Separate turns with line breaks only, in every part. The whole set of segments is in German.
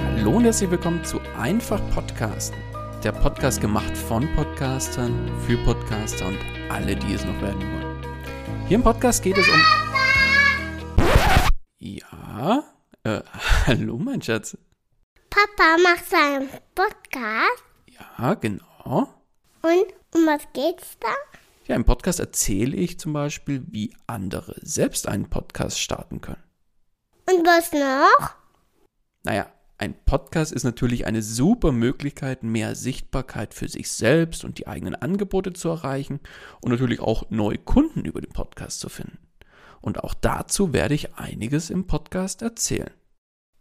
Hallo und herzlich willkommen zu Einfach Podcasten. Der Podcast gemacht von Podcastern, für Podcaster und alle, die es noch werden wollen. Hier im Podcast geht es um. Ja? Äh, hallo, mein Schatz.
Papa macht seinen Podcast.
Ja, genau.
Und um was geht's da?
Ja, im Podcast erzähle ich zum Beispiel, wie andere selbst einen Podcast starten können.
Und was noch?
Naja, ein Podcast ist natürlich eine super Möglichkeit, mehr Sichtbarkeit für sich selbst und die eigenen Angebote zu erreichen und natürlich auch neue Kunden über den Podcast zu finden. Und auch dazu werde ich einiges im Podcast erzählen.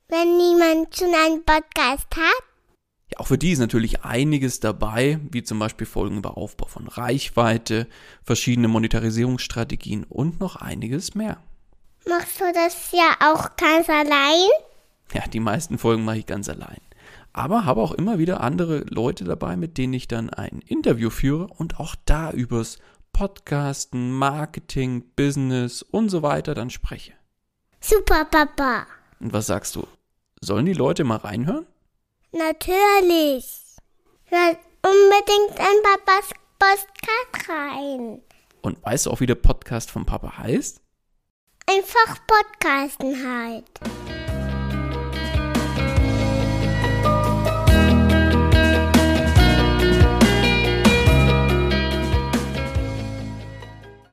Wenn niemand schon einen Podcast hat?
Ja, auch für die ist natürlich einiges dabei, wie zum Beispiel Folgen über Aufbau von Reichweite, verschiedene Monetarisierungsstrategien und noch einiges mehr.
Machst du das ja auch ganz allein?
Ja, die meisten Folgen mache ich ganz allein. Aber habe auch immer wieder andere Leute dabei, mit denen ich dann ein Interview führe und auch da übers Podcasten, Marketing, Business und so weiter dann spreche.
Super, Papa.
Und was sagst du? Sollen die Leute mal reinhören?
Natürlich. Hört unbedingt in Papas Podcast rein.
Und weißt du auch, wie der Podcast von Papa heißt?
Einfach Podcasten halt.